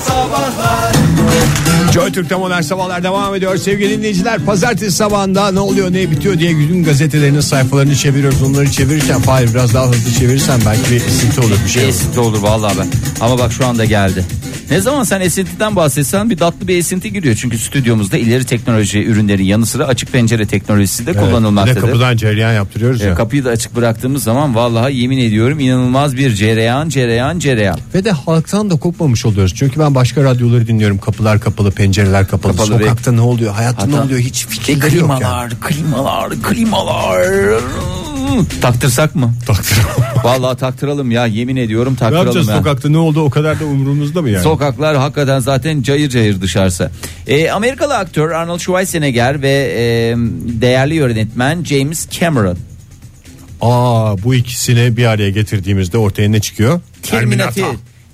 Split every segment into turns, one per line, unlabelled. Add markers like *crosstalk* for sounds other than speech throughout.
sabahlar.
Joy Türk'te modern sabahlar devam ediyor. Sevgili dinleyiciler pazartesi sabahında ne oluyor ne bitiyor diye gün gazetelerinin sayfalarını çeviriyoruz. Onları çevirirken Fahir biraz daha hızlı çevirirsen belki bir esinti olur bir şey olur.
Esinti olur vallahi ben. Ama bak şu anda geldi. Ne zaman sen esintiden bahsetsen bir tatlı bir esinti giriyor. Çünkü stüdyomuzda ileri teknoloji ürünlerin yanı sıra açık pencere teknolojisi de
Bir de
kullanılmaktadır.
kapıdan cereyan yaptırıyoruz
E,
ya.
Kapıyı da açık bıraktığımız zaman vallahi yemin ediyorum inanılmaz bir cereyan cereyan cereyan.
Ve de halktan da kopmamış oluyoruz. Çünkü ben başka radyoları dinliyorum. Kapılar kapalı, pencereler kapalı.
Kapalı ve-
Sokakta ne oluyor, hayatta ne
Hatta-
oluyor hiç
Ve
fikirleri yok ya.
klimalar, klimalar, klimalar. Taktırsak mı? *laughs* Vallahi taktıralım ya yemin ediyorum
ne
taktıralım
yapacağız
ya.
sokakta ne oldu o kadar da umurumuzda mı yani?
Sokaklar hakikaten zaten cayır cayır dışarısı. E, Amerikalı aktör Arnold Schwarzenegger ve e, değerli yönetmen James Cameron.
Aa bu ikisini bir araya getirdiğimizde ortaya ne çıkıyor?
Terminator.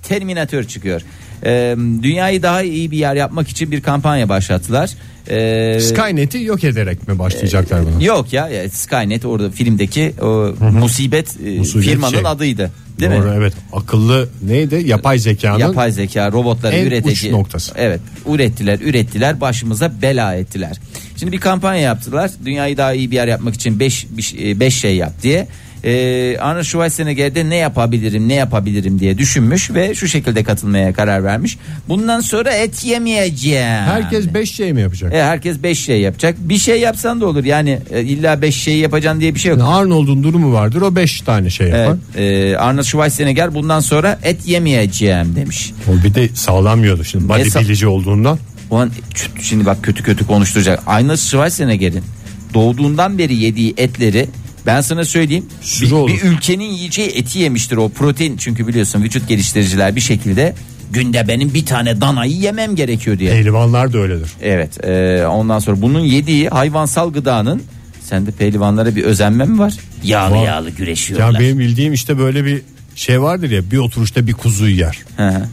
Terminator çıkıyor. E, dünyayı daha iyi bir yer yapmak için bir kampanya başlattılar. E,
Skynet'i yok ederek mi başlayacaklar buna?
Yok ya ya, Skynet orada filmdeki o musibet, e,
Musibet
firmanın
şey.
adıydı. Değil
Doğru
mi?
evet. Akıllı neydi? Yapay zekanın.
Yapay zeka robotları
En
üretici.
uç noktası.
Evet ürettiler ürettiler başımıza bela ettiler. Şimdi bir kampanya yaptılar. Dünyayı daha iyi bir yer yapmak için 5 5 şey yap diye. Ee, Arnold Schwarzenegger'de ne yapabilirim ne yapabilirim diye düşünmüş ve şu şekilde katılmaya karar vermiş. Bundan sonra et yemeyeceğim.
Herkes 5 şey mi yapacak?
E, herkes 5 şey yapacak. Bir şey yapsan da olur. Yani e, illa 5 şey yapacaksın diye bir şey yok.
Yani Arnold'un durumu vardır o 5 tane şey yapar.
Evet, e, Arnold Schwarzenegger bundan sonra et yemeyeceğim demiş.
O bir de sağlamıyordu şimdi
Ne sa-
bodybuildici olduğundan.
Ulan çüt- şimdi bak kötü kötü konuşturacak. Arnold Schwarzenegger'in doğduğundan beri yediği etleri ben sana söyleyeyim.
Sürü
Bir,
olur.
bir ülkenin yiyeceği eti yemiştir o protein. Çünkü biliyorsun vücut geliştiriciler bir şekilde günde benim bir tane danayı yemem gerekiyor diye.
Pehlivanlar da öyledir.
Evet e, ondan sonra bunun yediği hayvansal gıdanın sende pehlivanlara bir özenme mi var? Yağlı
Var.
yağlı güreşiyorlar.
Ya benim bildiğim işte böyle bir şey vardır ya bir oturuşta bir kuzuyu yer.
Hı hı.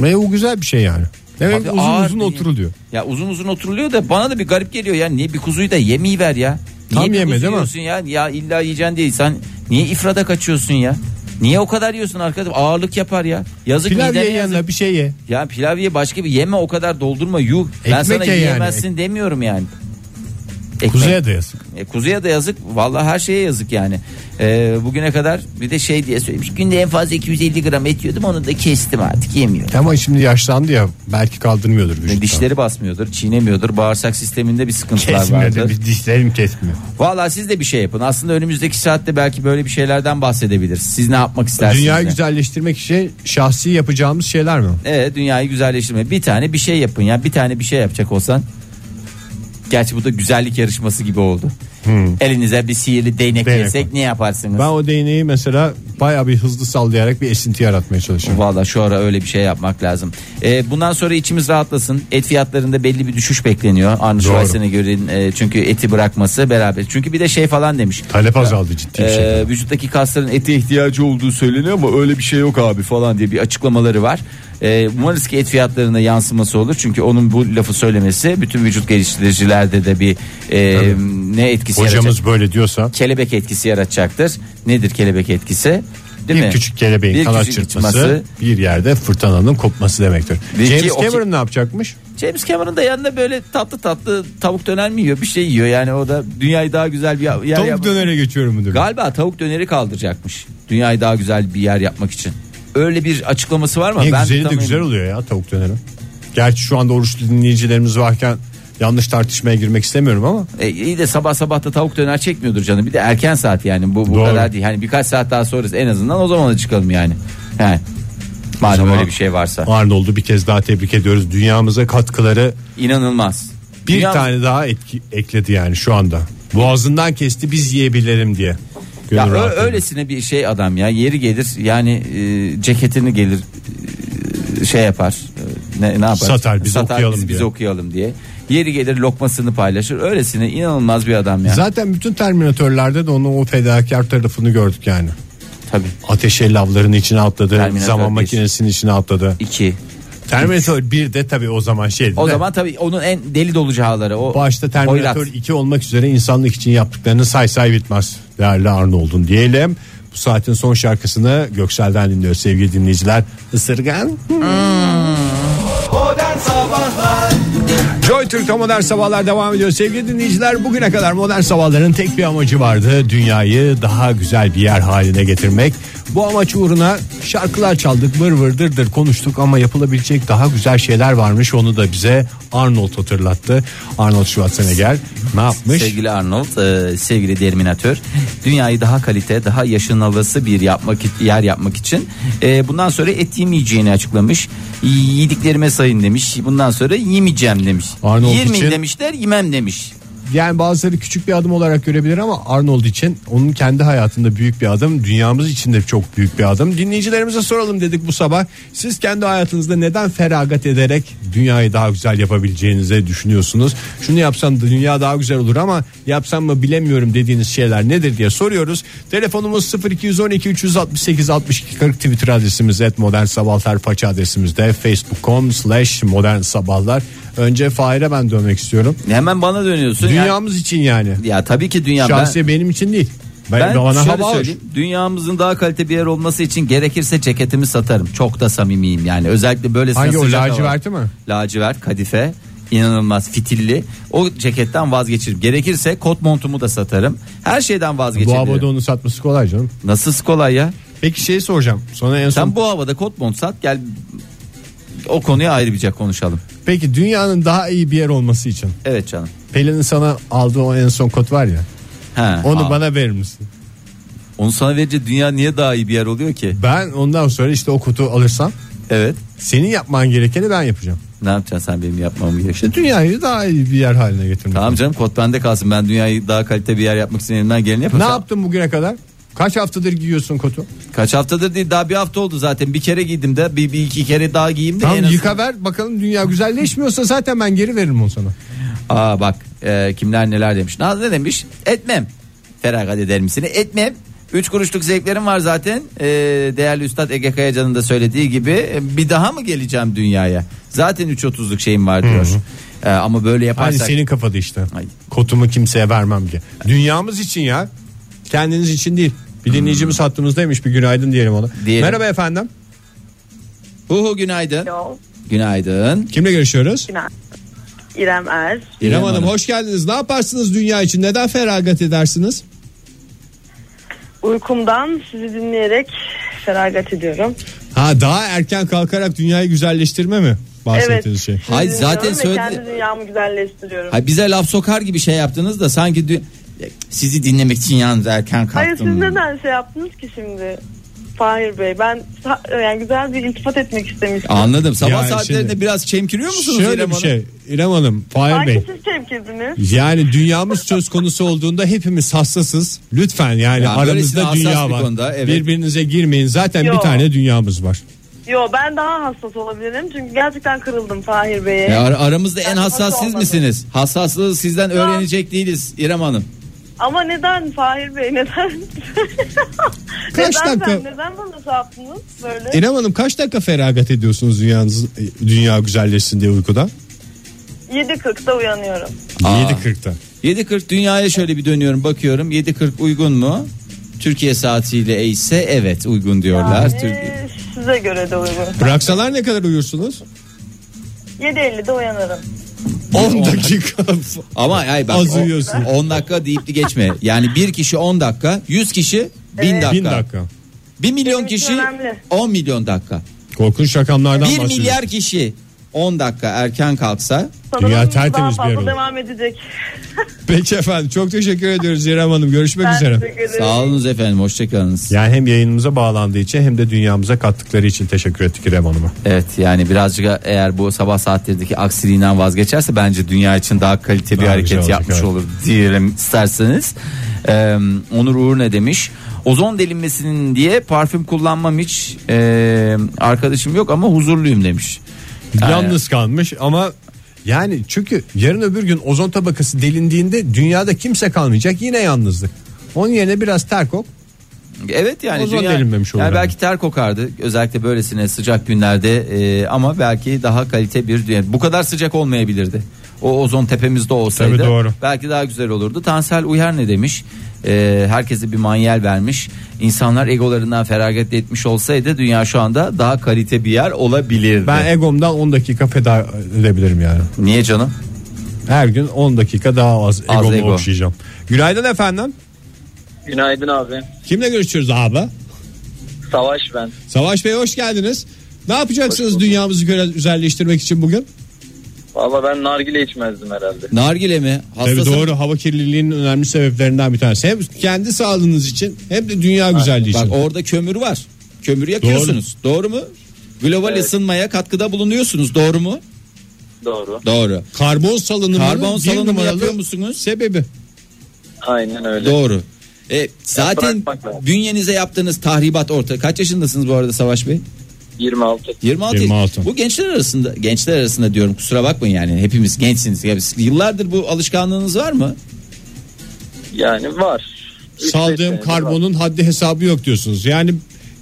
Ve o güzel bir şey yani. Demek
Abi
uzun
ağır
uzun
değil.
oturuluyor.
Ya uzun uzun oturuluyor da bana da bir garip geliyor ya. Niye bir kuzuyu da yemeyi ver ya? Niye
Tam
bir
yeme,
kuzu
değil mi?
yiyorsun ya? Ya illa yiyeceksin değil. Sen niye ifrada kaçıyorsun ya? Niye o kadar yiyorsun arkadaşım? Ağırlık yapar ya. Yazık
Pilav
midene
ye
yazık.
yanına bir şey ye.
Ya pilav ye başka bir yeme o kadar doldurma yuh. ben
Ekmek
sana
ye yani.
yiyemezsin demiyorum yani. Ekmek.
Kuzuya da yazık.
E, kuzuya da yazık. Vallahi her şeye yazık yani. E, bugüne kadar bir de şey diye söylemiş. Günde en fazla 250 gram et yiyordum onu da kestim artık yemiyorum.
Ama şimdi yaşlandı ya belki kaldırmıyordur vücuttan.
Dişleri basmıyordur, çiğnemiyordur. Bağırsak sisteminde bir sıkıntılar
kesmiyor.
vardır.
Bir dişlerim kesmiyor.
Valla siz de bir şey yapın. Aslında önümüzdeki saatte belki böyle bir şeylerden bahsedebiliriz. Siz ne yapmak istersiniz?
Dünyayı
de?
güzelleştirmek için şahsi yapacağımız şeyler mi?
Evet, dünyayı güzelleştirme. Bir tane bir şey yapın ya. Bir tane bir şey yapacak olsan. Gerçi bu da güzellik yarışması gibi oldu. Elinize bir sihirli değnek
Hmm. Değnek
versek ne yaparsınız?
Ben o değneği mesela bayağı bir hızlı sallayarak bir esinti yaratmaya çalışıyorum.
Valla şu ara öyle bir şey yapmak lazım. Ee, bundan sonra içimiz rahatlasın. Et fiyatlarında belli bir düşüş bekleniyor. Arnold
Doğru.
Schwarzenegger'in e, çünkü eti bırakması beraber. Çünkü bir de şey falan demiş.
Talep azaldı ciddi bir şey.
Ee,
şekilde.
vücuttaki kasların ete ihtiyacı olduğu söyleniyor ama öyle bir şey yok abi falan diye bir açıklamaları var. Ee, umarız ki et fiyatlarına yansıması olur. Çünkü onun bu lafı söylemesi bütün vücut geliştiricilerde de bir e, ne etkisi yaratacak?
Hocamız böyle diyorsa
Kelebek etkisi yaratacaktır. Nedir kelebek etkisi? Değil
bir
mi?
küçük kelebeğin
Bir
kanat
küçük
çırpması
uçması.
bir yerde fırtınanın kopması demektir.
Bir
James
iki- o ki-
Cameron ne yapacakmış?
James Cameron da yanında böyle tatlı tatlı tavuk döner mi yiyor? Bir şey yiyor yani o da dünyayı daha güzel bir yer
Tavuk
yapmak-
dönere geçiyorum müdür.
Galiba tavuk döneri kaldıracakmış. Dünyayı daha güzel bir yer yapmak için. Öyle bir açıklaması var mı?
Niye
Ben
güzeli de
tam
güzel
emin-
oluyor ya tavuk döneri. Gerçi şu anda oruçlu dinleyicilerimiz varken yanlış tartışmaya girmek istemiyorum ama
E, iyi de sabah sabah da tavuk döner çekmiyordur canım. Bir de erken saat yani bu, bu
Doğru.
kadar değil. Hani birkaç saat daha sonrası en azından o zaman da çıkalım yani. He. Madem
zaman-
öyle bir şey varsa.
Arnold'u bir kez daha tebrik ediyoruz. Dünyamıza katkıları
İnanılmaz.
bir
Dünya-
tane daha etki, ekledi yani şu anda. Boğazından kesti biz yiyebilirim diye. Gönül
Ya ö-
rahatlığıyla.
öylesine bir şey adam ya yeri gelir yani e, ceketini gelir e, şey yapar e, ne, ne yapar
Satar, biz okuyalım
biz,
diye.
biz okuyalım diye yeri gelir lokmasını paylaşır öylesine inanılmaz bir adam ya
Zaten bütün Terminatörlerde de onun o fedakar tarafını gördük yani.
tabi
Ateşe lavların içine atladı.
Terminatör
zaman
bir.
makinesinin içine atladı.
iki
Terminator 1 de tabii o zaman şeydi.
o
de,
zaman tabi onun en deli dolu çağları o
başta Terminator
hoyrat.
2 olmak üzere insanlık için yaptıklarını say say bitmez. Değerli Arnold'un diyelim. Bu saatin son şarkısını Göksel'den dinliyoruz sevgili dinleyiciler. Isırgan.
Modern Sabahlar
Joy Türk'te modern sabahlar devam ediyor. Sevgili dinleyiciler bugüne kadar modern sabahların tek bir amacı vardı. Dünyayı daha güzel bir yer haline getirmek. Bu amaç uğruna şarkılar çaldık vır vır dır dır konuştuk ama yapılabilecek daha güzel şeyler varmış. Onu da bize Arnold hatırlattı. Arnold Schwarzenegger ne yapmış?
Sevgili Arnold, e, sevgili Derminatör, dünyayı daha kalite, daha yaşanılası bir yapmak yer yapmak için e, bundan sonra et yemeyeceğini açıklamış. Yediklerime sayın demiş. Bundan sonra yemeyeceğim demiş.
Arnold
Yerim
için-
demişler, yemem demiş.
Yani bazıları küçük bir adım olarak görebilir ama Arnold için onun kendi hayatında büyük bir adım. Dünyamız için de çok büyük bir adım. Dinleyicilerimize soralım dedik bu sabah. Siz kendi hayatınızda neden feragat ederek dünyayı daha güzel yapabileceğinizi düşünüyorsunuz? Şunu yapsam da dünya daha güzel olur ama yapsam mı bilemiyorum dediğiniz şeyler nedir diye soruyoruz. Telefonumuz 0212 368 62 40 Twitter adresimiz et modern sabahlar faça adresimizde facebook.com slash modern sabahlar. Önce Fahir'e ben dönmek istiyorum.
Hemen bana dönüyorsun. Yani-
Dünyamız için yani.
ya tabii ki dünya ben-
Şahsi benim için değil. Ben,
Ben
bana
şöyle
hava
söyleyeyim. Dünyamızın daha kalite bir yer olması için gerekirse ceketimi satarım. Çok da samimiyim yani. Özellikle böyle
Hangi o, laciverti mi?
Lacivert, kadife inanılmaz fitilli. O ceketten vazgeçirim. Gerekirse kot montumu da satarım. Her şeyden
Bu
vazgeçebilirim.
havada onu satması kolay canım.
Nasıl kolay ya?
Peki şey soracağım. Sonra en son.
Sen bu havada kot mont sat gel o konuya ayrı bir konuşalım.
Peki dünyanın daha iyi bir yer olması için.
Evet canım.
Pelin'in sana aldığı o en son kot var ya.
He,
Onu
aa,
bana verir misin?
onu sana verince dünya niye daha iyi bir yer oluyor ki?
Ben ondan sonra işte o kotu alırsam
Evet.
senin yapman gerekeni ben yapacağım.
Ne yapacaksın sen benim yapmamı gerekiyor?
İşte dünyayı daha iyi bir yer haline getirmek.
Tamam canım kot bende kalsın. Ben dünyayı daha kalite bir yer yapmak için elimden geleni
Ne
yapacağım.
yaptın bugüne kadar? Kaç haftadır giyiyorsun kotu?
Kaç haftadır değil daha bir hafta oldu zaten. Bir kere giydim de bir, bir iki kere daha giyeyim de en
Tamam
azından-
yıka ver bakalım dünya güzelleşmiyorsa zaten ben geri veririm onu sana.
Aa bak e, kimler neler demiş. Naz ne demiş? Etmem. Feragat eder misin? Etmem. Üç kuruşluk zevklerim var zaten. E, değerli Üstad Ege Kayacan'ın da söylediği gibi e, bir daha mı geleceğim dünyaya? Zaten 3.30'luk şeyim var diyor. E, ama böyle
Hani
yaparsak...
senin kafada işte.
Ay.
Kotumu kimseye vermem diye. Dünyamız için ya. Kendiniz için değil. Bir dinleyicimiz hattımızdaymış bir günaydın diyelim ona.
Hmm. Diyelim.
Merhaba efendim.
Huhu günaydın.
Alo,
Günaydın.
Kimle görüşüyoruz?
günaydın. İrem Er.
İrem,
İrem
Hanım,
Hanım.
hoş geldiniz. Ne yaparsınız dünya için? Neden feragat edersiniz?
Uykumdan sizi dinleyerek feragat ediyorum.
Ha daha erken kalkarak dünyayı güzelleştirme mi bahsettiğiniz şey?
sizi
Hayır,
dinliyorum
zaten
ve
söyledi-
Kendi dünyamı güzelleştiriyorum. Hayır,
Ha, bize laf sokar gibi şey yaptınız da sanki dü- sizi dinlemek için yalnız erken kalktım.
siz neden şey yaptınız ki şimdi? Fahir Bey ben sa- yani güzel bir iltifat etmek istemiştim.
Anladım. Sabah
Yani
saatlerinde
şimdi-
biraz çemkiriyor musunuz
Şöyle
İrem
bir
Hanım?
şey. İrem Hanım, Fahir Bey.
Sanki siz çemkirdiniz.
Yani dünyamız söz konusu olduğunda hepimiz hassasız. Lütfen yani
Ya böylesine
aramızda
hassas
dünya
bir
var.
konuda, evet.
Birbirinize girmeyin. Zaten bir
Yo.
tane dünyamız var.
Yo ben daha hassas olabilirim çünkü gerçekten kırıldım Fahir Bey'e.
Ya ar- aramızda en
Yani
hassas
E, nasıl
siz
olmadı?
misiniz? Hassaslığı sizden öğrenecek değiliz İrem Hanım.
Ama neden Fahir Bey neden?
Kaç
neden
dakika?
Sen, neden bana şey yaptınız böyle?
İrem Hanım kaç dakika feragat ediyorsunuz dünyanız, e, dünya güzelleşsin diye uykuda?
7.40'da uyanıyorum.
Aa.
7.40'ta.
7.40 dünyaya şöyle bir dönüyorum bakıyorum. 7.40 uygun mu? Türkiye saatiyle ise evet uygun diyorlar. Türkiye-
Ee, size göre de uygun.
Bıraksalar ne kadar uyursunuz?
7.50'de uyanırım.
10 dakika.
Ama ay bak
Az
o-
uyuyorsun.
10 dakika deyip de geçme. Yani bir kişi 10 dakika, 100 kişi 1000
Evet.
dakika.
1000 dakika.
1 milyon
Evet,
kişi
önemli.
10 milyon dakika.
Korkunç rakamlardan
1
bahsediyoruz.
milyar kişi 10 dakika erken kalksa
Sanırım
Dünya tertemiz
daha
bir yer
fazla
oldu.
devam edecek.
Peki efendim çok teşekkür ediyoruz İrem Hanım. Görüşmek
Ben
üzere.
teşekkür ederim.
sağ olunuz efendim hoşçakalınız.
Yani hem yayınımıza bağlandığı için hem de dünyamıza kattıkları için teşekkür ettik İrem Hanım'a.
Evet yani birazcık eğer bu sabah saatlerindeki aksiliğinden vazgeçerse bence dünya için daha kaliteli bir
Daha
hareket
güzel olacak,
yapmış
evet.
olur diyelim isterseniz. Ee, Onur Uğur ne demiş? Ozon delinmesinin diye parfüm kullanmam hiç ee, arkadaşım yok ama huzurluyum demiş.
Yalnız kalmış ama yani çünkü yarın öbür gün ozon tabakası delindiğinde dünyada kimse kalmayacak yine yalnızlık. Onun yerine biraz terkok
Evet yani
Ozon
dünya-
delinmemiş olur
yani
herhalde.
belki ter kokardı özellikle böylesine sıcak günlerde ee, ama belki daha kalite bir dünya. Bu kadar sıcak olmayabilirdi. O ozon tepemizde olsaydı
Tabii doğru.
belki daha güzel olurdu. Tansel Uyar ne demiş? e, herkese bir manyel vermiş. İnsanlar egolarından feragat etmiş olsaydı dünya şu anda daha kalite bir yer olabilirdi.
Ben egomdan 10 dakika feda edebilirim yani.
Niye canım?
Her gün 10 dakika daha az,
Az
egomu
ego.
okşayacağım. Günaydın efendim.
Günaydın abi.
Kimle görüşüyoruz abi?
Savaş ben.
Savaş Bey hoş geldiniz. Ne
Hoş
yapacaksınız
bulduk.
dünyamızı göre- güzelleştirmek için bugün?
Valla ben nargile içmezdim herhalde.
Nargile mi?
Tabii
Hastasın.
doğru hava kirliliğinin önemli sebeplerinden bir tanesi. Hem kendi sağlığınız için hem de dünya güzelliği
Bak
için.
orada kömür var. Kömür yakıyorsunuz. Doğru, mu? Global
Evet.
ısınmaya katkıda bulunuyorsunuz. Doğru mu?
Doğru.
Doğru.
Karbon salınımının
Karbon
bir
salınımı
numaralı
yapıyor musunuz?
Sebebi.
Aynen öyle.
Doğru. E, zaten
bırakmak lazım.
bünyenize yaptığınız tahribat orta. Kaç yaşındasınız bu arada Savaş Bey?
26.
26.
26.
Bu gençler arasında gençler arasında diyorum kusura bakmayın yani hepimiz gençsiniz. Ya biz- Yıllardır bu alışkanlığınız var mı?
Yani var. Üç, beş
Saldığım
senedir var.
karbonun haddi hesabı yok diyorsunuz. Yani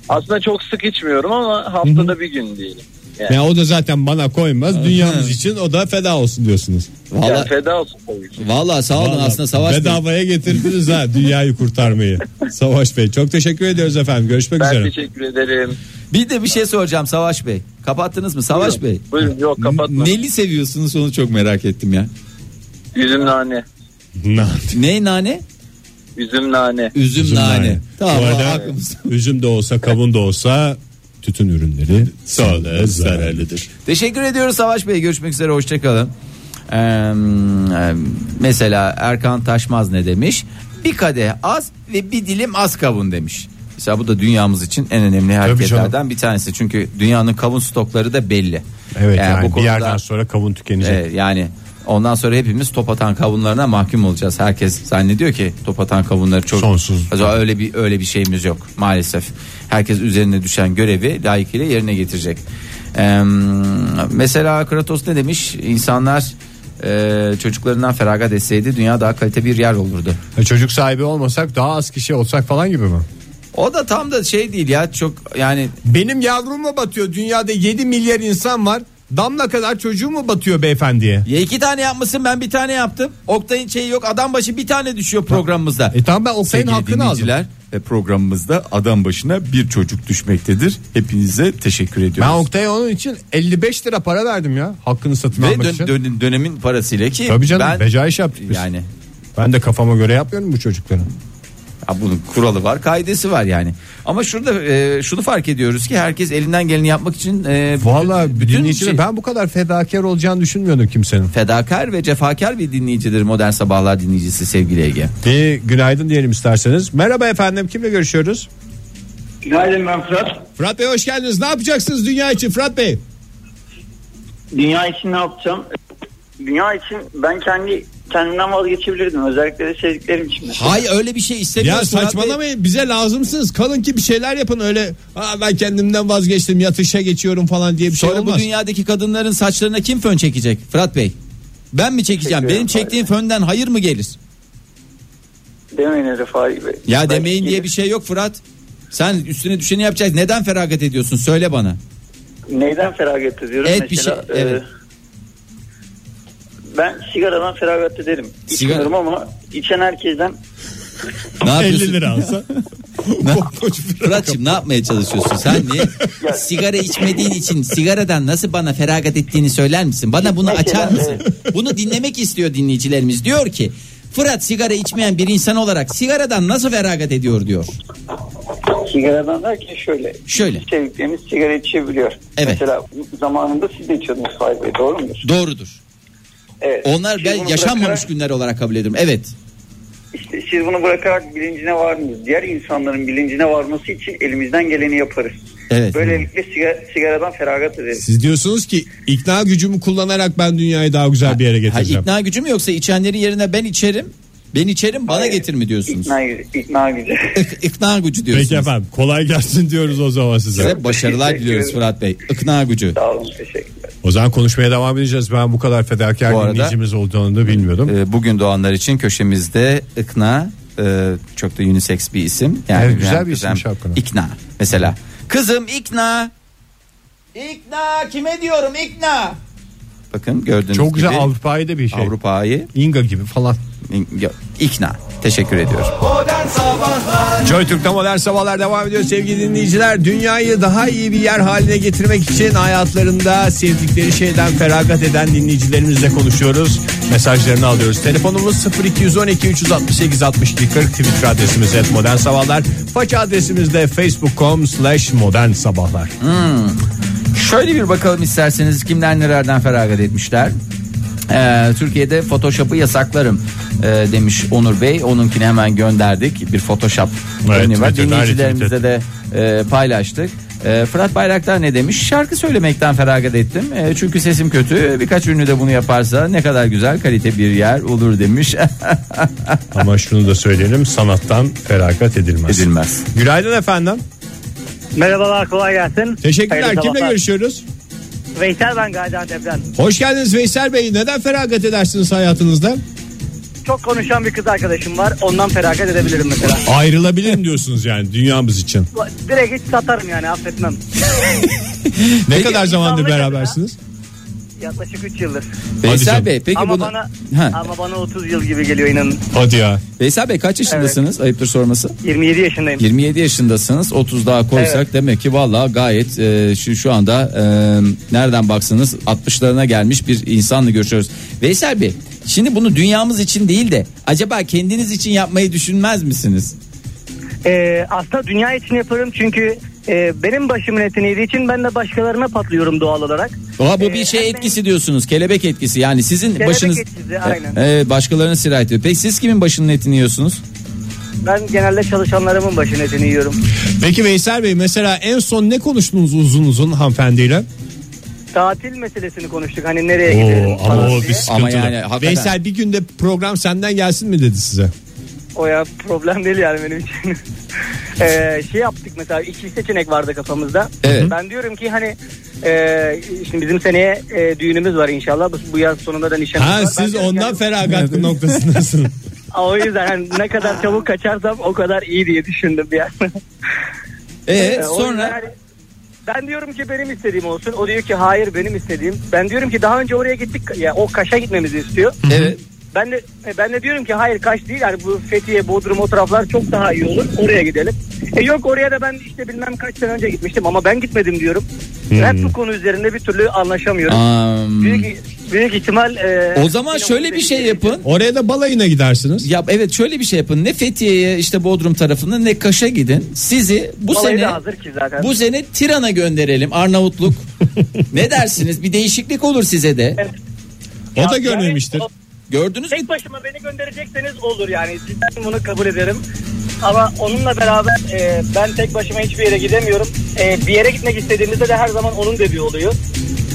Aslında çok sık içmiyorum ama haftada bir gün diyelim. Yani,
ya o da zaten bana koymaz. Dünyamız için o da feda olsun diyorsunuz.
yani
Valla
feda olsun tabii ki.
valla sağ olun
Vallahi
aslında Savaş Bey.
Bedavaya getirdiniz ha dünyayı kurtarmayı. Savaş Bey çok teşekkür ediyoruz efendim. Görüşmek
Ben
üzere.
teşekkür ederim.
Bir de bir şey soracağım Savaş Bey. Kapattınız mı Savaş Bey?
Buyurun yok kapatma.
Neli seviyorsunuz onu çok merak ettim ya.
Üzüm nane.
Na-
Ne nane?
Üzüm nane.
Üzüm,
Üzüm
nane.
nane.
Tamam
Bu arada
aklımız.
üzüm de olsa kavun da olsa tütün ürünleri sağlığa zararlıdır.
Teşekkür ediyoruz Savaş Bey. Görüşmek üzere. Hoşçakalın. mesela Erkan Taşmaz ne demiş? Bir kadeh az ve bir dilim az kavun demiş. Mesela bu da dünyamız için en önemli hareketlerden bir tanesi. Çünkü dünyanın kavun stokları da belli.
Evet yani,
bu
bir
konuda-
yerden sonra kavun tükenecek.
Evet, Ee, yani ondan sonra hepimiz top atan kavunlarına mahkum olacağız. Herkes zannediyor ki top atan kavunları çok
Sonsuz.
Mesela Öyle bir öyle bir şeyimiz yok maalesef. Herkes üzerine düşen görevi layıkıyla yerine getirecek. Ee, mesela Kratos ne demiş? İnsanlar e, çocuklarından feragat etseydi dünya daha kalite bir yer olurdu.
Çocuk sahibi olmasak daha az kişi olsak falan gibi mi?
O da tam da şey değil ya çok yani
Benim yavrum mu batıyor? Dünyada 7 milyar insan var. Damla kadar çocuğu mu batıyor beyefendiye?
ya iki tane yapmışsın ben bir tane yaptım. Oktay'ın şeyi yok adam başı bir tane düşüyor programımızda.
E tamam ben o senin
Sevgili
hakkını aldım.
dinleyiciler ve programımızda adam başına bir çocuk düşmektedir. Hepinize teşekkür
Ben
ediyoruz.
Oktay'a onun için 55 lira para verdim ya. Hakkını satın
ve
almak
dön-
için.
dön- dönemin parasıyla ki
Tabii canım şey
ben
becaiş yaptık biz.
yani
Ben de kafama göre yapmıyorum bu çocukları.
ya bunun kuralı var, kaidesi var yani. Ama şurada e, şunu fark ediyoruz ki herkes elinden geleni yapmak için e,
Valla bütün
şey-
ben bu kadar fedakar olacağını düşünmüyordum kimsenin.
fedakar ve cefakar bir dinleyicidir modern sabahlar dinleyicisi sevgili Ege.
Bir günaydın diyelim isterseniz. Merhaba efendim kimle görüşüyoruz?
Günaydın ben Fırat.
Fırat Bey hoş geldiniz. Ne yapacaksınız dünya için Fırat Bey?
Dünya için ne yapacağım? Dünya için ben kendi kendimden vazgeçebilirdim. Özellikle de sevdiklerim için.
Hay öyle bir şey
Ya
istemiyoruz.
saçmalamayın bize lazımsınız. Kalın ki bir şeyler yapın öyle. Aa, ben kendimden vazgeçtim yatışa geçiyorum falan diye bir şey
Sonra bu
olmaz.
dünyadaki kadınların saçlarına kim fön çekecek Fırat Bey? Ben mi çekeceğim?
Çekiyorum,
Benim çektiğim fönden hayır mı gelir?
Demeyin öyle Fahri Bey.
Ya
Ben-
demeyin diye bir şey yok Fırat. Sen üstüne düşeni yapacaksın. Neden feragat ediyorsun? Söyle bana.
Neyden feragat ediyorum
Evet, bir
mesela? e,
şey- evet.
ben sigaradan feragat ederim.
Sigara-
İçmiyorum ama içen herkesten
Ne yapıyorsun?
50 lira alsa. *laughs* Koskoca Fırat.
Fırat'cığım ne yapmaya çalışıyorsun? Sen niye? sigara içmediğin için sigaradan nasıl bana feragat ettiğini söyler misin? Bana bunu açar mısın? Bunu dinlemek istiyor dinleyicilerimiz. Diyor ki Fırat sigara içmeyen bir insan olarak sigaradan nasıl feragat ediyor diyor.
sigaradan derken şöyle.
Şöyle.
Sevdiklerimiz sigara içebiliyor.
Evet.
Mesela zamanında siz de içiyordunuz Fahri Bey doğru mudur?
Doğrudur.
Evet.
Onlar
Siz
ben
Şey, bunu
yaşanmamış
bırakarak-
günler olarak kabul ediyorum. Evet.
İşte siz bunu bırakarak bilincine vardınız. Diğer insanların bilincine varması için elimizden geleni yaparız.
Evet.
Böylelikle sigara, sigaradan feragat ederiz.
Siz diyorsunuz ki ikna gücümü kullanarak ben dünyayı daha güzel bir yere
Ha,
getireceğim.
ikna gücü mü yoksa içenlerin yerine ben içerim. Ben içerim bana
Hayır.
getir mi diyorsunuz?
İkna, ikna gücü.
İk- ikna gücü diyorsunuz.
Peki efendim kolay gelsin diyoruz o zaman size.
Size başarılar diliyoruz Fırat Bey. İkna gücü.
Sağ olun teşekkürler.
O zaman konuşmaya devam edeceğiz. Ben bu kadar fedakar
Bu arada-
dinleyicimiz olduğunu da bilmiyordum.
Ee, Bugün doğanlar için köşemizde ikna e, çok da unisex bir isim.
Evet, güzel
yani kızım
bir isimmiş hakikaten.
İkna mesela. Kızım ikna. İkna kime diyorum ikna. Bakın gördüğünüz
Çok güzel
gibi
Avrupa'yı da bir şey.
Avrupa'yı
İnga gibi falan.
ikna. Teşekkür ediyorum.
Joy Türk'te modern sabahlar devam ediyor sevgili dinleyiciler. Dünyayı daha iyi bir yer haline getirmek için hayatlarında sevdikleri şeyden feragat eden dinleyicilerimizle konuşuyoruz. Mesajlarını alıyoruz. Telefonumuz 0212 368 62 40 Twitter adresimiz et modern sabahlar. Faça adresimiz de facebook.com slash modern sabahlar.
Şöyle bir bakalım isterseniz kimler nelerden feragat etmişler. Ee, Türkiye'de Photoshop'u yasaklarım ee, demiş Onur Bey. Onunkini hemen gönderdik. Bir Photoshop
Evet,
örneği var.
Twitter'da,
Dinleyicilerimize de e, paylaştık. Ee, Fırat Bayraktar ne demiş? Şarkı söylemekten feragat ettim. Ee, çünkü sesim kötü. Birkaç ünlü de bunu yaparsa ne kadar güzel kalite bir yer olur demiş.
Ama şunu da söyleyelim sanattan feragat edilmez.
Edilmez.
Günaydın efendim.
Merhabalar kolay gelsin.
Teşekkürler.
Hayırlı
Kimle
sabahlar.
görüşüyoruz?
Veysel ben Gaziantep'ten.
Hoş geldiniz Veysel Bey. Neden feragat edersiniz hayatınızda?
Çok konuşan bir kız arkadaşım var. Ondan feragat edebilirim mesela.
Ayrılabilirim diyorsunuz yani dünyamız için.
Direkt hiç satarım yani affetmem.
Ne kadar zamandır
insanlık adına-
berabersiniz?
Yaklaşık 3 yıldır.
Veysel
canım.
Bey peki
ama
bunu...
bana
Ha.
ama bana 30 yıl gibi geliyor inanın.
Hadi ya.
Veysel Bey kaç yaşındasınız? Ayıptır sorması.
27 yaşındayım.
27 yaşındasınız 30 daha koysak demek ki valla gayet e, şu, şu anda e, nereden baksanız 60'larına gelmiş bir insanla görüşüyoruz. Veysel Bey şimdi bunu dünyamız için değil de acaba kendiniz için yapmayı düşünmez misiniz?
Ee, aslında dünya için yaparım çünkü e, benim başımın etini yediği için ben de başkalarına patlıyorum doğal olarak.
Oha, bu
Ee,
bir şey
hem
etkisi diyorsunuz kelebek etkisi yani sizin
Kelebek
başınız
etkisi, aynen.
E, e, başkalarına sirayet ediyor. Peki siz kimin başının etini yiyorsunuz?
Ben genelde çalışanlarımın başının etini yiyorum.
Peki Veysel Bey mesela en son ne konuştunuz uzun uzun hanımefendiyle?
Tatil meselesini konuştuk hani nereye gidelim falan diye.
Ama yani hakikaten.
Veysel bir günde program senden gelsin mi dedi size?
O ya problem değil yani benim için. *laughs* Ee, şey yaptık mesela iki seçenek vardı kafamızda.
Evet.
Ben diyorum ki hani e, şimdi bizim seneye e, düğünümüz var inşallah. Bu, bu yaz sonunda da nişanımız var.
Ha
Ben
siz
diyorum
ondan
yani, *laughs*
feragatlı noktasındasınız.
O yüzden hani ne kadar çabuk kaçarsam o kadar iyi diye düşündüm bir an.
E,
Ee, *laughs* o yüzden
sonra
hani ben diyorum ki benim istediğim olsun. O diyor ki hayır benim istediğim. Ben diyorum ki daha önce oraya gittik. Ya o Kaş'a gitmemizi istiyor.
evet
Ben de e, ben de diyorum ki hayır Kaş değil yani bu Fethiye, Bodrum o taraflar çok daha iyi olur. Oraya gidelim. E yok oraya da ben işte bilmem kaç sene önce gitmiştim ama ben gitmedim diyorum.
Hmm.
Hep bu konu üzerinde bir türlü anlaşamıyorum.
Am,
Büyük büyük ihtimal e,
o zaman
yine
şöyle
onu
bir şey
seveceğim.
yapın.
Oraya da balayına gidersiniz.
Ya evet şöyle bir şey yapın. Ne Fethiye'ye işte Bodrum tarafına ne Kaş'a gidin. Sizi bu
Balayı
sene
da hazır ki zaten.
bu sene Tiran'a gönderelim *laughs* Arnavutluk. ne dersiniz? Bir değişiklik olur size de.
O da görmemiştir.
Yani, o-
Gördünüz mü?
tek başıma beni gönderecekseniz olur yani cidden bunu kabul ederim. Ama onunla beraber e, ben tek başıma hiçbir yere gidemiyorum. E, bir yere gitmek istediğimizde de her zaman onun dediği oluyor.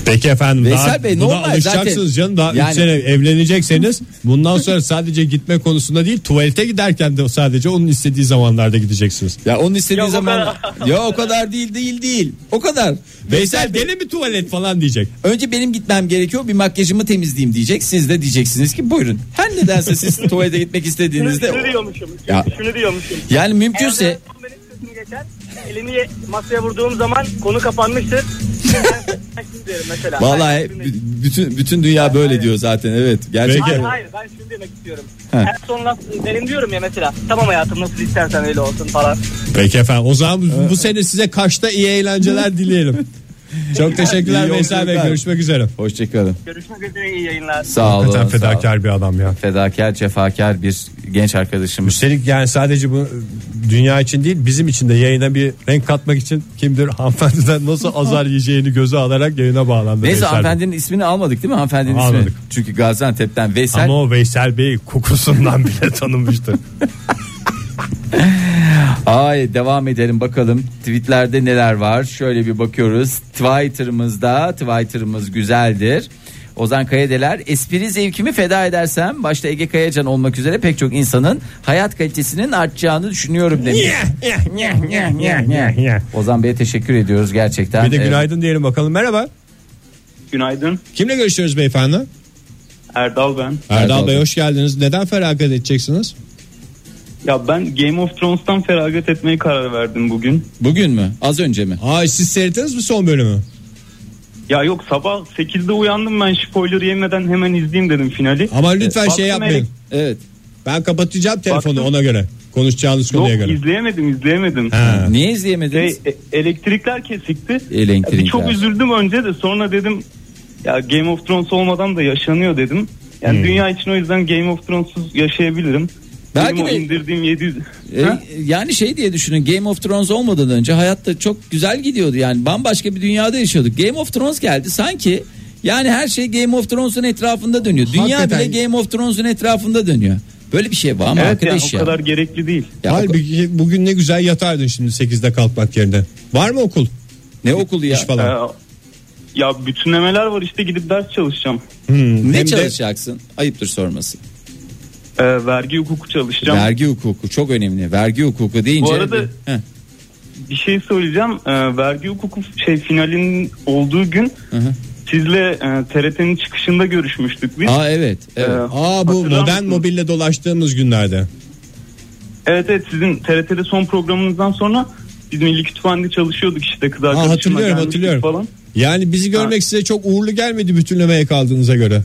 Peki efendim.
Veysel
daha,
Bey,
buna
normal
alışacaksınız
zaten.
canım. Daha 3
Yani-
sene evlenecekseniz bundan sonra sadece gitme konusunda değil tuvalete giderken de sadece onun istediği zamanlarda gideceksiniz.
Ya onun istediği
Ya o
zaman *laughs* ya o kadar değil değil değil. O kadar.
Veysel gene mi tuvalet falan diyecek.
Önce benim gitmem gerekiyor. Bir makyajımı temizleyeyim diyecek. Siz de diyeceksiniz ki buyurun. Her nedense *laughs* siz tuvalete gitmek istediğinizde
Şunu diyormuşum.
Ya.
Şunu diyormuşum.
yani mümkünse
Eğer benim sözüm geçer, elimi masaya vurduğum zaman konu kapanmıştır. ben şunu derim mesela.
vallahi
Ben şunu demek-
b- bütün bütün dünya böyle diyor zaten. Evet.
Peki.
Hayır
Gerçekten.
hayır ben şunu demek istiyorum.
He.
En son laf derim diyorum ya mesela. Tamam hayatım nasıl istersen öyle olsun falan.
Peki efendim o zaman bu- bu sene size kaçta iyi eğlenceler dileyelim. Çok
*laughs*
teşekkürler
İyi
Veysel Bey
yolculuklar.
görüşmek üzere.
Hoşçakalın.
Görüşmek üzere iyi yayınlar.
Sağ olun.
Hakikaten
sağ olun.
fedakar bir adam ya.
fedakar, cefakar bir genç arkadaşımız.
Üstelik yani sadece bu dünya için değil bizim için de yayına bir renk katmak için kimdir *laughs* hanımefendiden nasıl azar yiyeceğini göze alarak yayına
Neyse
bağlandı. Veysel Bey.
hanımefendinin ismini almadık değil mi hanımefendinin
Almadık.
ismini? Çünkü Gaziantep'ten Veysel.
Ama o Veysel Bey kokusundan *laughs* bile tanımıştır.
Ay devam edelim bakalım tweetlerde neler var. Şöyle bir bakıyoruz. Twitter'ımızda Twitter'ımız güzeldir. Ozan Kayadeler espri zevkimi feda edersem başta Ege Kayacan olmak üzere pek çok insanın hayat kalitesinin artacağını düşünüyorum demiş. Ozan Bey'e teşekkür ediyoruz gerçekten.
bir de
Ee,
günaydın diyelim bakalım. Merhaba.
Günaydın.
Kimle görüşüyoruz beyefendi?
Erdal ben.
Erdal
Erdal
Bey
Bey.
hoş geldiniz. Neden feragat edeceksiniz?
Ya ben Game of Thrones'tan feragat etmeye karar verdim bugün.
Bugün mü? Az önce mi?
Aa siz seyrettiniz mi son bölümü?
Ya yok sabah 8'de uyandım ben spoiler yemeden hemen izleyeyim dedim finali.
Ama lütfen
Baktım
şey yapmayın.
Eric-
Evet.
Ben kapatacağım telefonu ona göre. Konuşacağınız konuya
Yok
göre.
izleyemedim izleyemedim.
Ha.
Niye
Şey,
izleyemediniz? E,
e- elektrikler kesikti.
Elektrikler.
Bir E, Çok üzüldüm önce de sonra dedim ya Game of Thrones olmadan da yaşanıyor dedim. Yani
Hmm.
dünya için o yüzden Game of Thrones'uz yaşayabilirim.
Belki
Benim o
de-
indirdiğim 700.
E,
Ha?
yani şey diye düşünün Game of Thrones olmadan önce hayatta çok güzel gidiyordu yani bambaşka bir dünyada yaşıyorduk. Game of Thrones geldi sanki yani her şey Game of Thrones'un etrafında dönüyor. Dünya
Hakikaten.
bile Game of Thrones'un etrafında dönüyor. Böyle bir şey var ama
evet yani
arkadaş
o
ya.
kadar gerekli değil.
Ya
Halbuki şey- bugün ne güzel yatardın şimdi 8'de kalkmak yerine. Var mı okul?
Ne okulu ya?
İş falan.
Ee, ya bütünlemeler var işte gidip ders çalışacağım.
Hmm.
Ne
Hem de-
çalışacaksın? Ayıptır sorması.
Ee, vergi hukuku çalışacağım.
Vergi hukuku çok önemli. Vergi hukuku deyince
Bu arada-
Heh.
Bir şey söyleyeceğim. Ee, vergi hukuku şey finalin olduğu gün
hı.
sizle e, TRT'nin çıkışında görüşmüştük biz.
Aa evet. evet.
Ee,
Aa bu
hatırlar
modern
mısınız?
mobille dolaştığımız günlerde.
Evet evet sizin TRT'de son programınızdan sonra biz Milli Kütüphane'de çalışıyorduk işte kız arkadaşımla
hatırlıyorum,
gelmiştik
hatırlıyorum.
falan.
Yani bizi görmek size çok uğurlu gelmedi bütünlemeye kaldığınıza göre.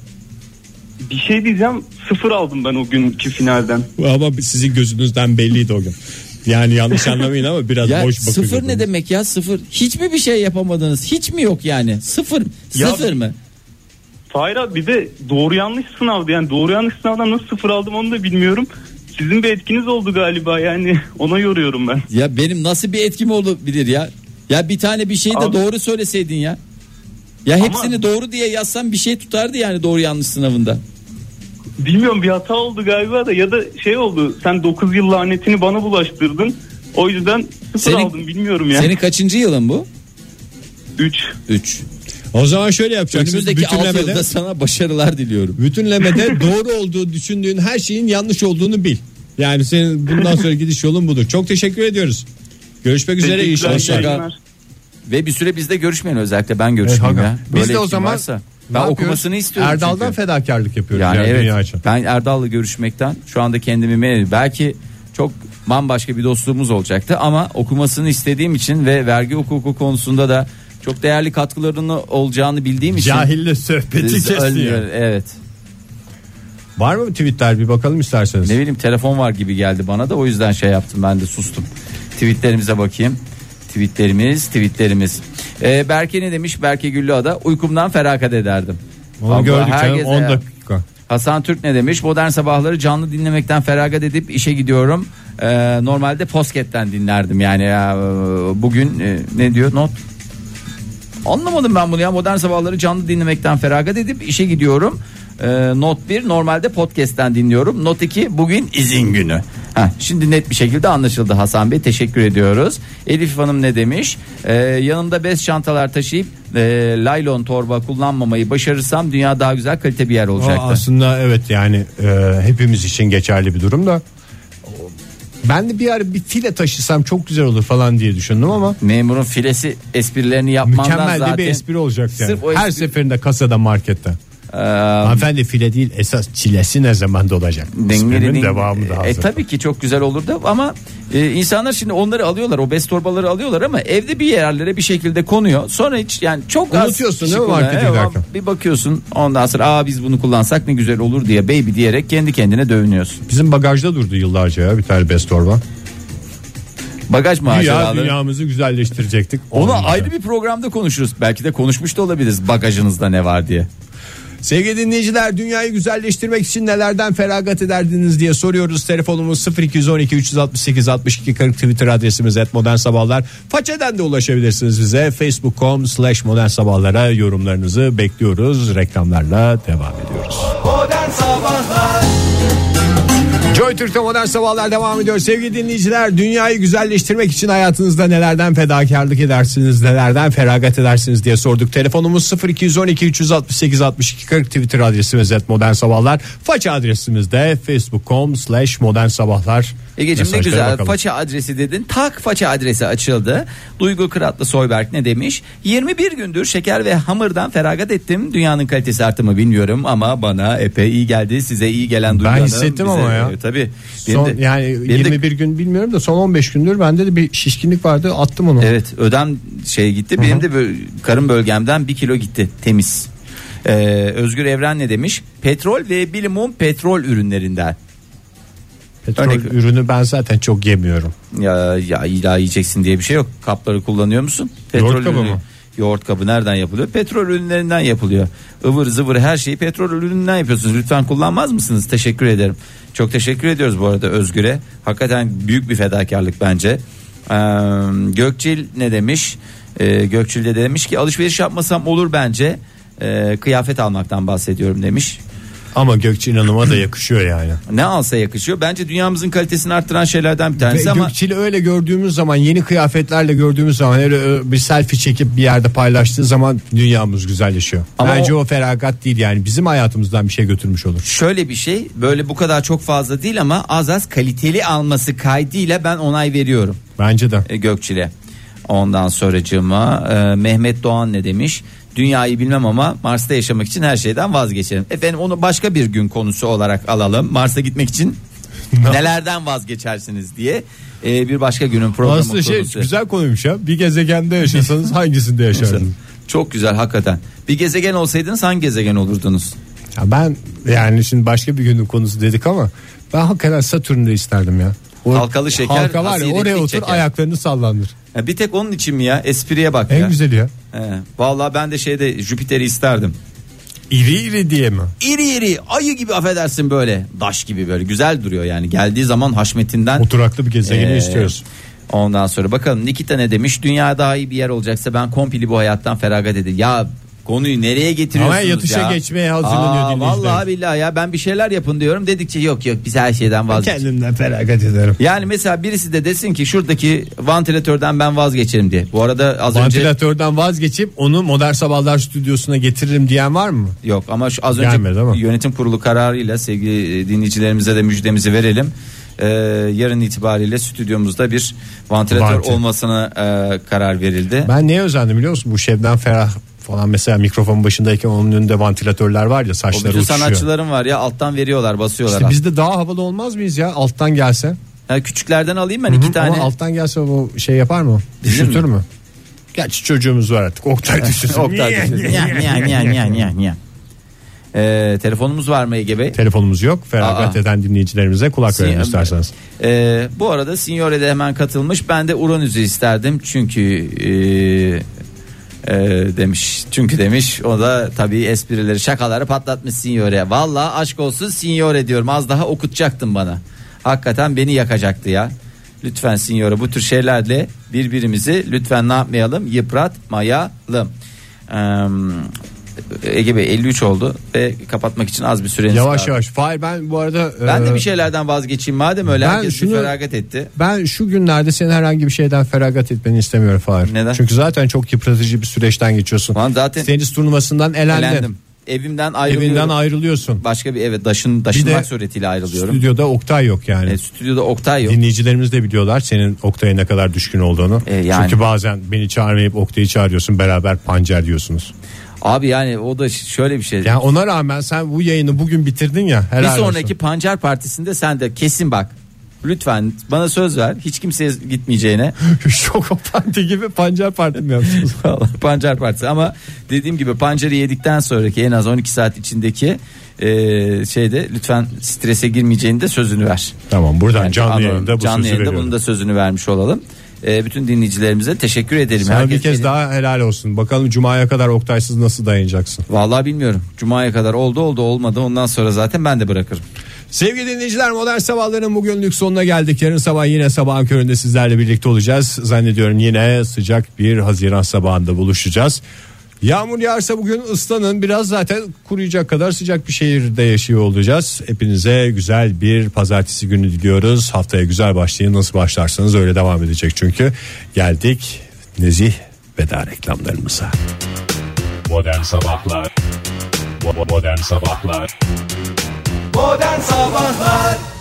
Bir şey diyeceğim sıfır aldım ben o günkü finalden.
Ama sizin gözünüzden belliydi o gün. Yani yanlış anlamayın ama *laughs* biraz
Ya
boş bakıyordunuz.
sıfır ne demek ya sıfır? Hiç mi bir şey yapamadınız? Hiç mi yok yani? Sıfır
Ya-
sıfır mı?
Fahir abi bir de doğru yanlış sınavdı yani doğru yanlış sınavdan nasıl sıfır aldım onu da bilmiyorum. Sizin bir etkiniz oldu galiba yani *laughs* ona yoruyorum ben.
Ya benim nasıl bir etkim olabilir ya? Ya bir tane bir şeyi de
Ama-
doğru söyleseydin ya. Ya hepsini doğru diye yazsan bir şey tutardı yani doğru yanlış sınavında.
Bilmiyorum bir hata oldu galiba da ya da şey oldu sen 9 yıl lanetini bana bulaştırdın. O yüzden sıfır
Senin-
aldım bilmiyorum yani.
Senin kaçıncı yılın bu?
3.
3.
O zaman şöyle yapacaksınız.
Önümüzdeki 6
Bütünlemede,
yılda sana başarılar diliyorum.
bütünlemede doğru olduğu düşündüğün her şeyin yanlış olduğunu bil. Yani senin bundan sonra gidiş yolun budur. Çok teşekkür ediyoruz. Görüşmek üzere. iyi
Teşekkürler,
şanslar.
iyi yayınlar.
Ve bir süre bizde görüşmeyin özellikle ben görüşmeyeyim
Evet,
ya.
hakikaten.
Böyle
Biz de o
etkin
zaman
varsa.
Ne
ben
yapıyoruz?
okumasını istiyorum
Erdal'dan
çünkü.
fedakarlık yapıyoruz.
Yani
yani dünya
evet.
için.
Ben Erdal'la görüşmekten şu anda kendimi memnun ediyorum. Belki çok bambaşka bir dostluğumuz olacaktı ama okumasını istediğim için ve vergi hukuku konusunda da çok değerli katkılarının olacağını bildiğim için
Cahille
biz
sohbeti
ölmüyor-
kesiyor.
Evet.
Var mı Twitter bir bakalım isterseniz.
Ne bileyim telefon var gibi geldi bana da o yüzden şey yaptım ben de sustum. Tweetlerimize bakayım. Tweetlerimiz, tweetlerimiz. Ee, Berke ne demiş? Berke Güllüada uykumdan feragat ederdim. Allah,
Onu gördük canım
herkese
10
ya.
dakika.
Hasan Türk ne demiş? Modern sabahları canlı dinlemekten feragat edip işe gidiyorum. Ee, normalde posketten dinlerdim yani. Ya, e, bugün e, ne diyor? Not. Anlamadım ben bunu ya. Modern sabahları canlı dinlemekten feragat edip işe gidiyorum. Ee, not 1 normalde podcast'ten dinliyorum. Not 2 bugün izin günü. Heh, şimdi net bir şekilde anlaşıldı Hasan Bey. Teşekkür ediyoruz. Elif Hanım ne demiş? Ee, yanımda bez çantalar taşıyıp e, laylon torba kullanmamayı başarırsam dünya daha güzel kalite bir yer
O
olacaktı.
aslında evet yani e, hepimiz için geçerli bir durum da. O- Ben de bir ara bir file taşısam çok güzel olur falan diye düşündüm ama
Memurun filesi esprilerini yapmandan
mükemmel de
zaten.
bir espri olacak yani.
Sırf o
Her
espri-
seferinde kasada markette.
Ee,
Hanımefendi file değil esas çilesi ne zaman olacak?
dengeli-
Esprinin devamı da hazır.
E tabii ki çok güzel olurdu ama e, insanlar şimdi onları alıyorlar o bez torbaları alıyorlar ama evde bir yerlere bir şekilde konuyor. Sonra hiç yani çok az
Unutuyorsun
kişi
değil mi
kullanıyor.
markete
Evet,
giderken?
Bir bakıyorsun ondan sonra aa biz bunu kullansak ne güzel olur diye baby diyerek kendi kendine dövünüyorsun.
Bizim bagajda durdu yıllarca ya bir tane bez torba.
Bagaj
Dünya,
maceraları.
dünyamızı güzelleştirecektik.
Onu
Olmadı.
ayrı bir programda konuşuruz. Belki de konuşmuş da olabiliriz bagajınızda ne var diye.
Sevgili dinleyiciler dünyayı güzelleştirmek için nelerden feragat ederdiniz diye soruyoruz. Telefonumuz 0212 368 62 40 Twitter adresimiz et modern sabahlar. Façeden de ulaşabilirsiniz bize. Facebook.com slash modern sabahlara yorumlarınızı bekliyoruz. Reklamlarla devam ediyoruz. Joy Türk'te modern sabahlar devam ediyor. Sevgili dinleyiciler dünyayı güzelleştirmek için hayatınızda nelerden fedakarlık edersiniz, nelerden feragat edersiniz diye sorduk. Telefonumuz 0212 368 62 40 Twitter adresimiz et modern sabahlar. Faça adresimiz de facebook.com slash modern sabahlar.
Egeciğim ne
Mesajlara
güzel
bakalım.
faça adresi dedin. Tak faça adresi açıldı. Duygu Kıratlı Soyberk ne demiş? 21 gündür şeker ve hamurdan feragat ettim. Dünyanın kalitesi arttı mı bilmiyorum ama bana epey iyi geldi. Size iyi gelen Duygu
Ben
Hanım,
hissettim
bize-
ama ya.
E, tabii. Benim
Son,
de-
yani
benim de-
21 gün bilmiyorum da son 15 gündür bende de bir şişkinlik vardı attım onu.
Evet ödem şey gitti. Benim de bö- karın bölgemden bir kilo gitti temiz. Ee, Özgür Evren ne demiş? Petrol ve bilimum petrol ürünlerinden.
Petrol
Örnek-
ürünü ben zaten çok yemiyorum.
Ya, ya illa yiyeceksin diye bir şey yok. Kapları kullanıyor musun?
Yoğurt kabı mı?
Yoğurt kabı nereden yapılıyor? Petrol ürünlerinden yapılıyor. Ivır zıvır her şeyi petrol ürününden yapıyorsunuz. Lütfen kullanmaz mısınız? Teşekkür ederim. Çok teşekkür ediyoruz bu arada Özgür'e. Hakikaten büyük bir fedakarlık bence. Ee, Gökçil ne demiş? Ee, Gökçil de demiş ki alışveriş yapmasam olur bence. Ee, kıyafet almaktan bahsediyorum demiş.
Ama Gökçin Hanım'a da yakışıyor yani.
Ne alsa yakışıyor. Bence dünyamızın kalitesini arttıran şeylerden bir tanesi
Ve
ama...
Gökçil'i öyle gördüğümüz zaman yeni kıyafetlerle gördüğümüz zaman öyle ö, bir selfie çekip bir yerde paylaştığı zaman dünyamız güzelleşiyor.
Ama
Bence
o-
o... feragat değil yani bizim hayatımızdan bir şey götürmüş olur.
şöyle bir şey böyle bu kadar çok fazla değil ama az az kaliteli alması kaydıyla ben onay veriyorum
Bence de.
e, Gökçil'e. Ondan sonracığıma e, Mehmet Doğan ne demiş? Dünyayı bilmem ama Mars'ta yaşamak için her şeyden vazgeçerim. Efendim onu başka bir gün konusu olarak alalım. Mars'a gitmek
*laughs*
için nelerden vazgeçersiniz diye e, bir başka günün programı
Aslında şey
konusu.
güzel konuymuş ya. Bir gezegende *laughs* yaşasanız hangisinde yaşardınız?
Çok güzel hakikaten. Bir gezegen olsaydınız hangi gezegen olurdunuz?
Ya ben yani şimdi başka bir günün konusu dedik ama ben hakikaten Satürn'de isterdim ya. O
Halkalı şeker,
Halka var ya
asidik
oraya otur
şeker.
ayaklarını sallandır.
Ya bir tek onun için mi ya? Espriye bak
En
ya.
güzeli ya.
He, vallahi ben de şeyde Jüpiter'i isterdim.
İri iri diye mi?
İri iri ayı gibi affedersin böyle. Daş gibi böyle güzel duruyor yani. Geldiği zaman haşmetinden.
Oturaklı bir gezegeni
Ee,
istiyoruz.
Ondan sonra bakalım Nikita ne demiş? Dünya daha iyi bir yer olacaksa ben kompili bu hayattan feragat edeyim. Ya konuyu nereye getiriyorsunuz
Ama
ya?
yatışa geçmeye hazırlanıyor
Aa,
dinleyicilerimiz.
Vallahi billahi ya ben bir şeyler yapın diyorum. Dedikçe yok yok biz her şeyden vazgeç.
Kendimden feragat ederim.
Yani mesela birisi de desin ki şuradaki vantilatörden ben vazgeçerim diye. Bu arada az önce
Vantilatörden vazgeçip onu Modern Sabahlar stüdyosuna getiririm diyen var mı?
Yok ama şu az
Gelmedi
önce
ama.
yönetim kurulu kararıyla sevgili e, dinleyicilerimize de müjdemizi verelim. Ee, yarın itibariyle stüdyomuzda bir vantilatör
Vantil.
olmasına e, karar verildi.
Ben neye özendim biliyor musun? Bu Şebnem Ferah falan mesela mikrofon başındayken onun önünde vantilatörler var ya
o
saçları
bütün
uçuşuyor.
sanatçıların var ya alttan veriyorlar basıyorlar.
İşte biz de daha havalı olmaz mıyız ya alttan gelse?
Ha, küçüklerden alayım ben
Hı,
iki tane.
Ama alttan gelse o şey yapar mı? Düşürtür mü? Gerçi çocuğumuz var
*laughs*
artık. Oktay düşürsün.
Oktay
*laughs*
düşürsün. Ya, ya, ya, ya, ya, ya. Ee, telefonumuz var mı Ege Bey?
Telefonumuz yok. Feragat
Aa.
eden dinleyicilerimize kulak verin
Sinyor-
isterseniz.
Ee, bu arada Signore de hemen katılmış. Ben de Uranüs'ü isterdim. Çünkü e, e, demiş. Çünkü demiş. O da tabii esprileri şakaları patlatmış Signore. Valla aşk olsun Signore diyorum. Az daha okutacaktın bana. Hakikaten beni yakacaktı ya. Lütfen Signore bu tür şeylerle birbirimizi lütfen ne yapmayalım? Yıpratmayalım. Ee, Ege Bey 53 oldu ve kapatmak için az bir süreniz
Yavaş
kaldı.
yavaş. Fahir ben bu arada...
Ben de
e,
bir şey şeylerden vazgeçeyim madem öyle
ben
herkes
şunu-
bir feragat etti.
Ben şu günlerde senin herhangi bir şeyden feragat etmeni istemiyorum Fahir.
Neden?
Çünkü zaten çok yıpratıcı bir süreçten geçiyorsun.
Ulan zaten
Tenis turnuvasından elendin.
elendim. Evimden ayrılıyorum.
Evinden ayrılıyorsun.
Başka bir eve daşın
Bir de
daşınmak suretiyle ayrılıyorum.
Stüdyoda Oktay yok yani.
E, stüdyoda Oktay yok.
Dinleyicilerimiz de biliyorlar senin Oktay'a ne kadar düşkün olduğunu.
E, yani.
Çünkü bazen beni çağırmayıp Oktay'ı çağırıyorsun beraber pancar diyorsunuz.
Abi yani o da ş- şöyle bir şey.
Yani ona rağmen sen bu yayını bugün bitirdin ya.
bir
Helal
sonraki
olsun.
pancar partisinde sen de kesin bak. Lütfen bana söz ver. Hiç kimseye gitmeyeceğine. *laughs*
*laughs* Şoko parti gibi pancar parti mi yaptınız?
Vallahi pancar partisi ama dediğim gibi pancarı yedikten sonraki en az 12 saat içindeki e, şeyde lütfen strese girmeyeceğini de sözünü ver.
tamam buradan
Yani
canlı
anladım.
yayında bu
Canlı
sözü
yayında
veriyorum.
bunun da sözünü vermiş olalım. Ee, bütün dinleyicilerimize teşekkür ederim.
Sana
Herkes
bir kez
beni-
daha helal olsun. Bakalım Cuma'ya kadar Oktay'sız nasıl dayanacaksın?
Vallahi bilmiyorum. Cuma'ya kadar oldu oldu olmadı. Ondan sonra zaten ben de bırakırım.
Sevgili dinleyiciler modern sabahların bugünlük sonuna geldik. Yarın sabah yine sabahın köründe sizlerle birlikte olacağız. Zannediyorum yine sıcak bir Haziran sabahında buluşacağız. Yağmur yağarsa bugün ıslanın biraz zaten kuruyacak kadar sıcak bir şehirde yaşıyor olacağız. Hepinize güzel bir pazartesi günü diliyoruz. Haftaya güzel başlayın nasıl başlarsanız öyle devam edecek çünkü. Geldik nezih veda reklamlarımıza.
Modern Sabahlar Bo- Modern Sabahlar
Modern Sabahlar